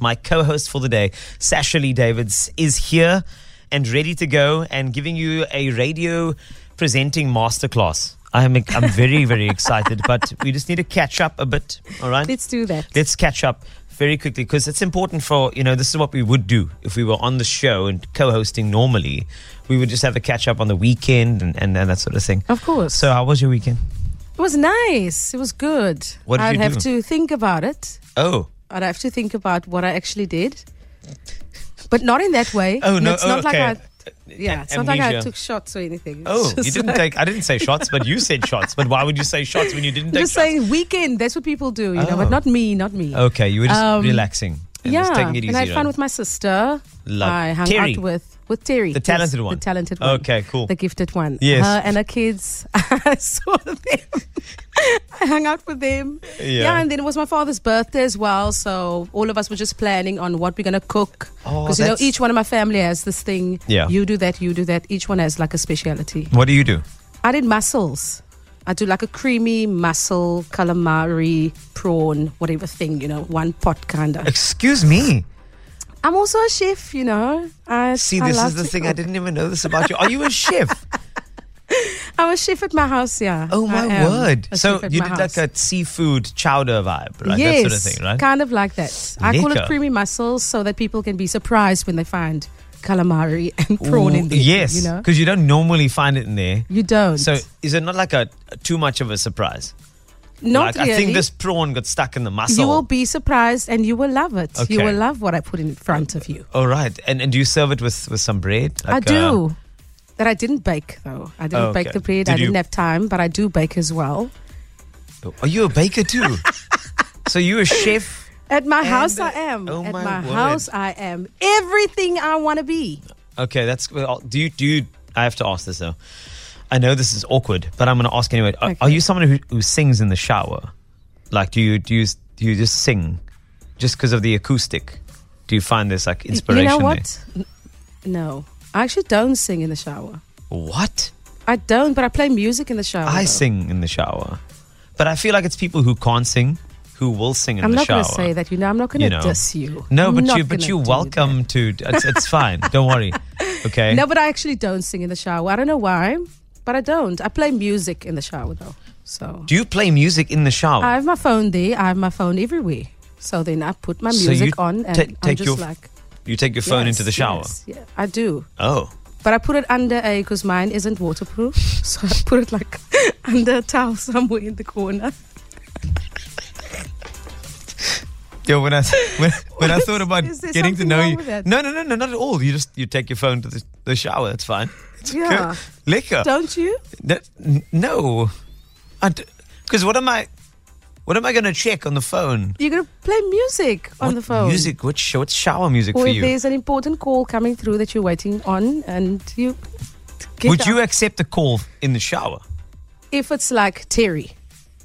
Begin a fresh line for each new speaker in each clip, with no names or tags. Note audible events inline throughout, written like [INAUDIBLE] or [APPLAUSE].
My co host for the day, Sasha Lee Davids, is here and ready to go and giving you a radio presenting masterclass. I'm, I'm very, very excited, [LAUGHS] but we just need to catch up a bit, all right?
Let's do that.
Let's catch up very quickly because it's important for you know this is what we would do if we were on the show and co-hosting normally we would just have a catch up on the weekend and, and, and that sort of thing
Of course.
so how was your weekend
it was nice. It was good.
What did
I'd
you
have
do?
to think about it.
oh
I'd have to think about what I actually did. But not in that way.
Oh, no,
It's not
oh,
like
okay.
I yeah, it's not like I
Amnesia.
took shots or anything. It's
oh you
[LAUGHS] just
didn't
like-
take i didn't say shots but you said shots but why would you say shots when you didn't
I'm
take
just
shots
saying weekend, that's what people do, you know,
Oh.
but not me, not me.
okay you were just
Um,
relaxing and
yeah.
just taking it easy
and I had fun
right?
with my sister.
Love-
I hung
Terry.
out with with Terry.
The talented
Yes,
one.
The talented one.
okay cool
The gifted one.
Yes.
Her and her kids. [LAUGHS] I saw them. I hung out with them.
Yeah.
and then it was my father's birthday as well. So all of us were just planning on what we're going to cook.
Oh,
Because, you know,
that's-
each one of my family has this thing.
Yeah.
You do that, you do that. Each one has like a speciality.
what do you do
I did mussels. I do like a creamy mussel, calamari, prawn, whatever thing, you know, one pot
[LAUGHS]
kind of.
excuse me
I'm also a chef, you know. I
see
I
this
love
is the
to
thing i
cook.
didn't even know this about you are you a
[LAUGHS]
chef
I'm a chef at my house, yeah.
oh
I
my
am
word
a
so
chef at
you
my
did
house.
like a seafood chowder vibe right
yes,
that sort of thing right
kind of like that. I call
Lekker.
it creamy mussels so that people can be surprised when they find calamari [LAUGHS] and prawn in
Ooh,
there.
Yes,
you
because
know,
you, don't normally find it in there.
you don't.
So is it not like a too much of a surprise? like,
not really.
I think this prawn got stuck in the muscle.
you will be surprised and you will love it. You
Okay.
will love what I put in front of you.
All right, and and do you serve it with with some bread?
I
Like, uh,
do. that I didn't bake though. I didn't
Okay.
bake the bread.
Did
I didn't
you-
have time, but I do bake as well.
uh, are you a baker
[LAUGHS]
too? so you a chef?
At my
And,
house, I
uh,
am.
oh
At
my
my
word.
house, I am everything I want to be.
Okay, that's well, do you do. You, I have to ask this though. I know this is awkward, but I'm going to ask anyway. Are, are
Okay.
you someone who, who sings in the shower? Like, do you do you do you just sing, just because of the acoustic? Do you find there's like
Y-
inspiration?
You know
There?
what? N- No, I actually don't sing in the shower.
What?
I don't, but I play music in the shower.
I
though.
sing in the shower, but I feel like it's people who can't sing who will sing in
I'm
the
not
shower.
going to say that. You know, I'm not going to
You know.
diss you.
No,
I'm
but
not
you but
gonna
you
do
welcome to. It's, it's fine. Don't worry.
[LAUGHS]
Okay.
that. No, but I actually don't sing in the shower. I don't know why, but I don't. I play music in the shower though. So
Do you play music in the shower?
I have my phone there. I have my phone everywhere. So then I put my
So
music
you
on and
ta-
I'm
take
just
your
like
you take your phone
yes,
into the shower.
yes, yeah, I do.
Oh,
But I put it under a because mine isn't waterproof, [LAUGHS] so I put it like [LAUGHS] under a towel somewhere in the corner.
yo, when I
[LAUGHS]
when, when I thought about
Is there
getting to
something
know
wrong
you,
with that?
no, no, no, no, not at all. You just you take your phone to the, the shower. That's fine. It's
Yeah.
okay. Liquor.
Don't you?
That, n- no, because what am I? What am I going to check on the phone?
You're gonna play music on
What
the phone.
Music, what show? What's shower music
Or
for
if
you?
there's an important call coming through that you're waiting on, and you get
Would you
up.
accept a call in the shower?
if it's like Terry,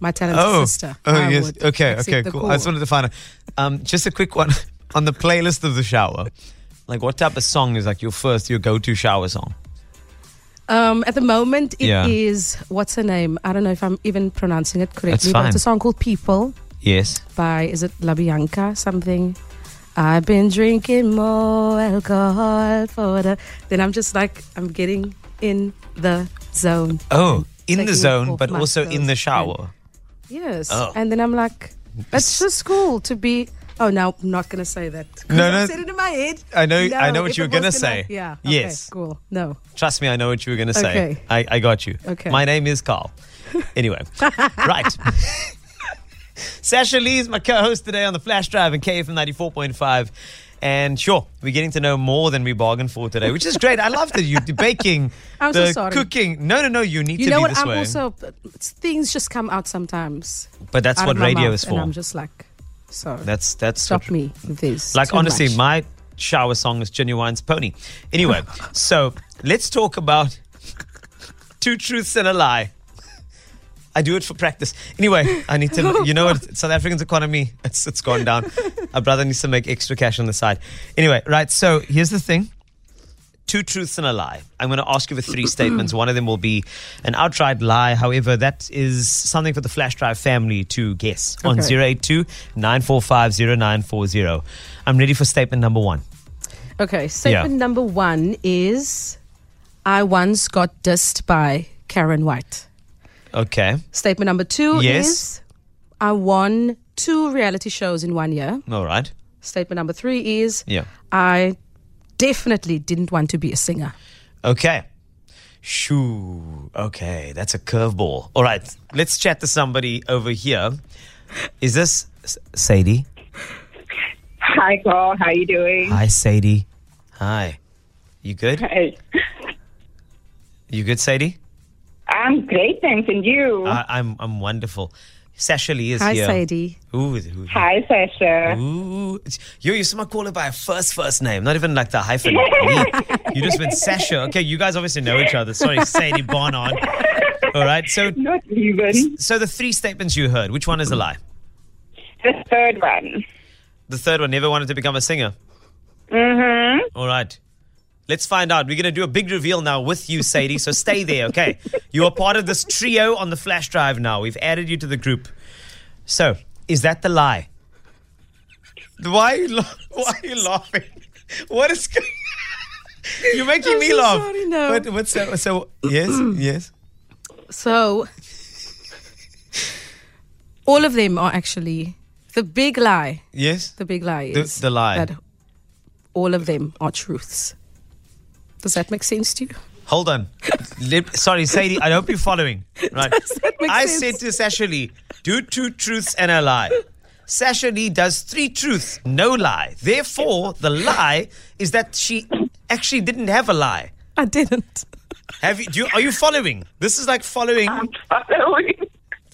my talented sister?
oh
I
yes.
would
Okay,
accept
okay,
the
cool.
call.
I just wanted to find out. Um, just a quick one [LAUGHS] on the playlist of the shower. Like, what type of song is like your first, your go-to shower song?
Um, at the moment, it is
Yeah.
what's her name? I don't know if I'm even pronouncing it correctly.
That's
But
fine.
it's a song called "People"
Yes.
by is it La Bianca something? I've been drinking more alcohol for the. Then I'm just like I'm getting in the zone.
Oh, in
Taking
the
it
zone,
off
but
my
also in
clothes
the
and-
shower.
Yes.
Oh.
And then I'm like, it's just cool to be. Oh, no, I'm not going to say that.
No,
I
no.
said it in my head.
I know- I know what
if
you
it
were gonna
was
say.
Yeah. Okay,
Yes.
Cool. No.
Trust me, I know what you were going to say.
Okay.
I, I got you.
Okay.
My name is
[LAUGHS]
Carl. Anyway, right. [LAUGHS] Sasha Lee is my co host today on the Flash Drive and KFM 94.5. And sure, we're getting to know more than we bargained for today, which is great. I love that you're baking,
[LAUGHS] I'm so
the
sorry.
cooking. No, no, no, you need
You
to
know
be
what?
this
I'm
way.
also. Things just come out sometimes.
but that's
out
what
of my
radio
mouth,
is
And
for.
I'm just like, so.
that's that's
stop
what-
me with this.
Like
Too
honestly,
much.
my shower song is Genuine's Pony.
[LAUGHS]
Anyway, so let's talk about two truths and a lie. I do it for practice. Anyway, I need to. You know what? South African's economy, it's, it's gone down. Our brother needs to make extra cash on the side. Anyway, right. So here's the thing. two truths and a lie. I'm going to ask you for three statements. One of them will be an outright lie. However, that is something for the flash drive family to guess on
Okay.
082 945 0940. I'm ready for statement number one.
Okay, statement number one is I once got dissed by Karen White.
Okay.
Statement number two
Yes.
is I won two reality shows in one year.
All right.
Statement number three is
Yeah.
I definitely didn't want to be a singer.
Okay. Shoo. Okay, that's a curveball. All right, let's chat to somebody over here. Is this S- Sadie?
Hi, Carl. How you doing?
Hi, Sadie. Hi. You good?
Hey.
You good, Sadie?
I'm great, thanks. And you?
I, I'm I'm wonderful. Sasha Lee is
Hi,
here.
Sadie.
Ooh, is- ooh,
Hi, Sasha.
ooh. You you somehow call her by her first first name, not even like the hyphen. Lee.
[LAUGHS]
you just went Sasha. Okay, you guys obviously know each other. Sorry, Sadie
[LAUGHS]
Barnard. All right, so
Not even.
so the three statements you heard, which one is a lie?
The third one.
The third one never wanted to become a singer.
Mm-hmm.
All right. Let's find out. We're going to do a big reveal now with you, Sadie. So stay there, okay? You are part of this trio on the flash drive now. We've added you to the group. So, is that the lie? Why are you, la- why are you laughing? What is going [LAUGHS] You're making
I'm
me
so
laugh.
sorry, no.
What, what's so, so, yes, yes.
So, all of them are actually the big lie.
Yes.
The big lie
The-
is
the lie.
that all of them are truths. Does that make sense to you?
Hold on. Lip- Sorry, Sadie, I hope you're
[LAUGHS]
following. Right.
that make
I
sense?
said to Sasha Lee, do two truths and a lie. Sasha Lee does three truths, no lie. Therefore, the lie is that she actually didn't have a lie.
I didn't.
Have you, do you are you following? This is like following.
I'm following.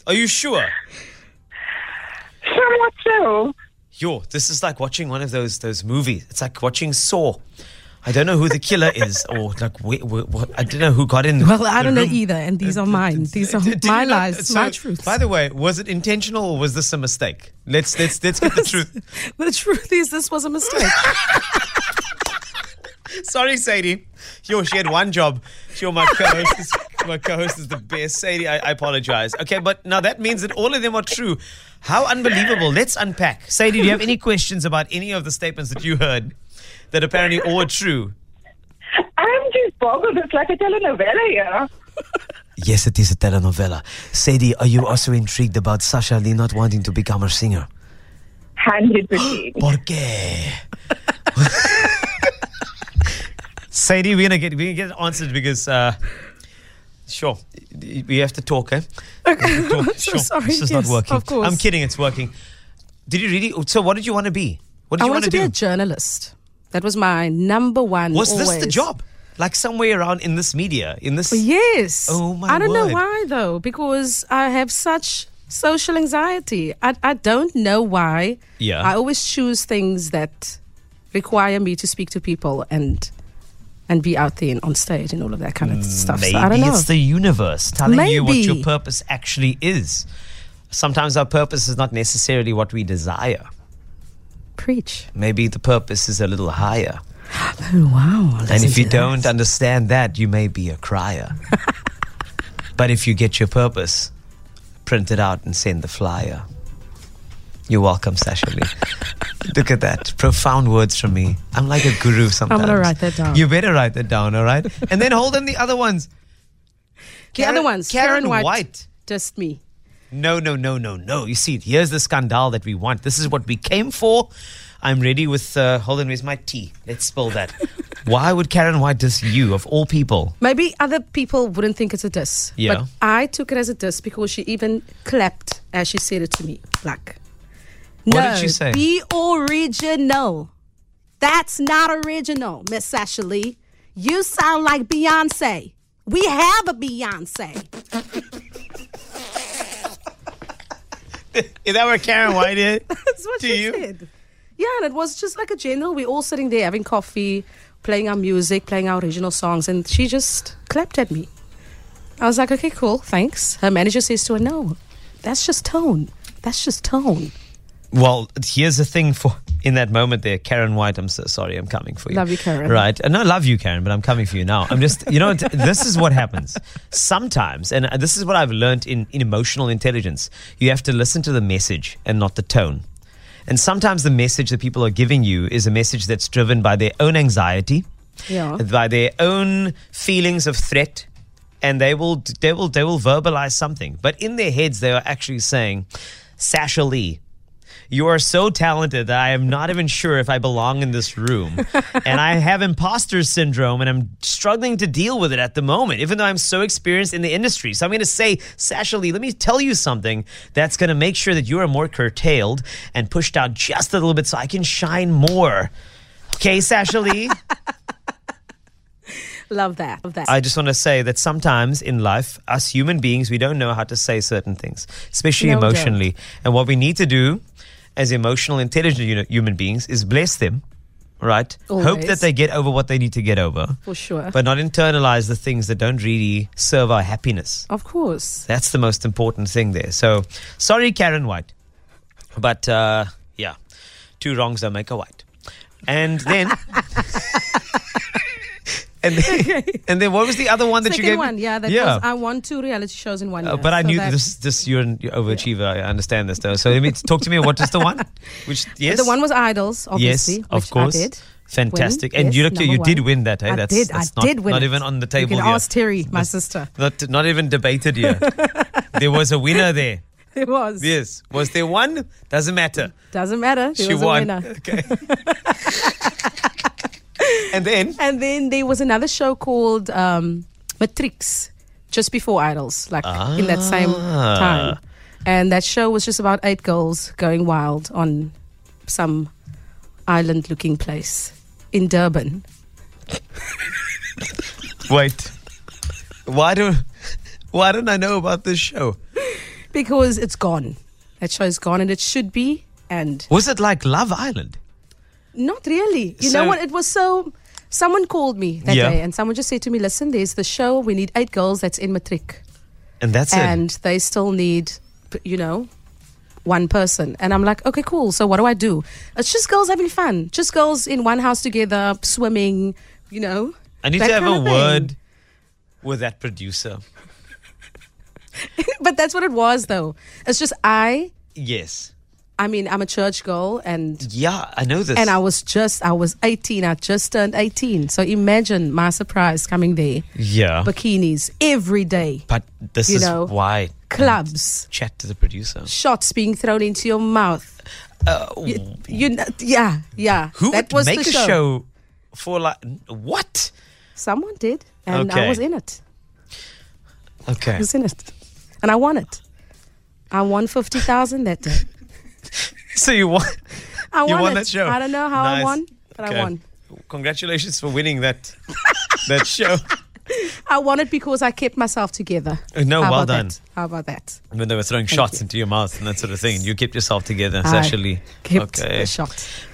Are you sure?
Somewhat so.
Yo, this is like watching one of those those movies. It's like watching Saw. I don't know who the killer is, or like wh- wh- what, I don't know who got in.
Well,
the
I don't know
room.
either, and these are
Uh,
mine. These are [LAUGHS]
Did you
my
not-
lies,
so,
my truths.
By the way, was it intentional or was this a mistake? Let's let's let's
[LAUGHS]
get the truth.
[LAUGHS] the truth is, this was a mistake.
Sorry, Sadie. Yo, she had one job. She oh, my co-host. Is, my co-host is the best. Sadie, I, I apologize. Okay, but now that means that all of them are true. How unbelievable! Let's unpack. Sadie, do you have any questions about any of the statements that you heard that apparently all are true?
I'm just boggled. It's like a telenovela here.
Yes, it is a telenovela. Sadie, are you also intrigued about Sasha Lee not wanting to become a singer?
100%.
¿Por qué? Sadie, we're gonna get we're gonna get answers because uh, sure we have to talk, eh? Okay,
[LAUGHS] I'm so sorry.
This is
Yes,
not working.
of course.
I'm kidding. It's working. Did you really? So, what did you want to be? What did
I
you want
wanted
to
to
do?
be a journalist. That was my number one.
Was this the
always.
job? Like somewhere around in this media, in this.
Yes.
Oh, my
I don't
word.
know why though, because I have such social anxiety. I I don't know why.
Yeah.
I always choose things that require me to speak to people and and be out there and on stage and all of that kind of stuff.
Mm, Maybe
so I don't know.
it's the universe telling you what your
Maybe.
purpose actually is. Sometimes our purpose is not necessarily what we desire.
Preach.
Maybe the purpose is a little higher.
Oh wow.
And
Listen
if you
to that.
don't uh, understand that, you may be a
[LAUGHS]
crier. but if you get your purpose, print it out and send the flyer. You're welcome, Sasha
[LAUGHS]
Lee. Look at that. Profound words from me. I'm like a guru sometimes.
write that down.
You better write that down, all right? And then hold on the other ones.
the other ones,
Karen,
Karen White.
White.
just me.
No, no, no, no, no. You see, here's the scandal that we want. This is what we came for. I'm ready with. Uh, hold on, where's my tea? Let's spill that.
[LAUGHS]
Why would Karen White diss you, of all people?
Maybe other people wouldn't think it's a diss.
Yeah.
But I took it as a diss because she even clapped as she said it to me. Like, no,
did she say?
Be original. That's not original, Miss Sasha Lee. You sound like Beyonce. We have a Beyonce.
Is that what Karen White did?
[LAUGHS] That's what
Do
she
you?
said. Yeah, and it was just like a general. We're all sitting there having coffee, playing our music, playing our original songs, and she just clapped at me. I was like, okay, cool, thanks. Her manager says to her, no, that's just tone. That's just tone.
well, here's the thing for in that moment there, Karen White, I'm so sorry, I'm coming for you.
Love you, Karen.
Right. And I love you, Karen, but I'm coming for you now. I'm just, you know, this is what happens. Sometimes, and this is what I've learned in, in emotional intelligence, you have to listen to the message and not the tone. And sometimes the message that people are giving you is a message that's driven by their own anxiety,
Yeah.
by their own feelings of threat, and they will they will they will verbalize something. But in their heads, they are actually saying, "Sasha Lee." You are so talented that I am not even sure if I belong in this room. and I have imposter syndrome and I'm struggling to deal with it at the moment, even though I'm so experienced in the industry. So I'm going to say, Sasha Lee, let me tell you something that's going to make sure that you are more curtailed and pushed out just a little bit so I can shine more. Okay, Sasha Lee?
Love that. Love that.
I just want to say that sometimes in life, us human beings, we don't know how to say certain things, especially
No, we don't.
emotionally. And what we need to do as emotional, intelligent uni- human beings is bless them, right? Hope that
Always.
they get over what they need to get over,
for sure.
but not internalize the things that don't really serve our happiness.
of course.
That's the most important thing there. So, sorry, Karen White. But uh, yeah, two wrongs don't make a white. And
[LAUGHS]
then. and, then and then what was the other one that
Second
you gave? me?
one, yeah, that was I won two reality shows in one
Uh,
year.
but I
so
knew
that-
this. This you're an you're overachiever. I understand this though. So let
[LAUGHS]
me talk to me. What is the one? Which yes,
The one was Idols,
yes,
obviously.
of
which
course,
I did.
fantastic.
Win,
and you
yes,
looked, you
number
did
one.
win that. Hey,
I
that's,
did.
that's
I
not,
did win.
Not
it.
even on the table.
You can
here.
ask Terry, my sister. [LAUGHS]
Not not even debated here. there was a winner there.
It was.
Yes. Was there one? Doesn't matter.
Doesn't matter. She,
she
was
won.
a winner. [LAUGHS]
Okay. and then
And then there was another show called um, Matrix, just before Idols, like in that same
Ah.
time. And that show was just about eight girls going wild on some island looking place in Durban.
wait. Why do why don't I know about this show?
Because it's gone. That show is gone and it should be. And
Was it like Love Island?
Not really. You
So-
know what? It was so. Someone called me that
Yeah.
day and someone just said to me, listen, there's the show. We need eight girls that's in Matric.
And that's
And they still need, p- you know, one person. And I'm like, okay, cool. So what do I do? It's just girls having fun. Just girls in one house together, swimming, you know.
it. I need
that
to have
kind
a
of thing.
word with that producer.
[LAUGHS] but that's what it was, though. It's just I.
Yes.
I mean, I'm a church girl and.
Yeah, I know this.
And I was just, I was 18. I just turned 18. So imagine my surprise coming there.
yeah. But,
bikinis every day,
this
you
is
know,
why
clubs,
chat to the producer.
shots being thrown into your mouth.
Uh,
You, kn- yeah, yeah.
who would
that was
make
the
a show for like what?
Someone did, and
Okay.
I was in it. I
Okay.
[LAUGHS] was in it, and I won it. I won fifty thousand that day.
So you won.
I
you
won,
won
it.
that show.
I don't know how I
Nice.
won, but
Okay.
I won.
Congratulations for winning that that [LAUGHS] show.
I won it because I kept myself together.
Uh, no,
how
well
about
done.
That? How about that?
When they were throwing shots
you.
into your mouth and that sort of thing, you kept yourself together.
I
Sasha Lee.
kept
okay.
the shot.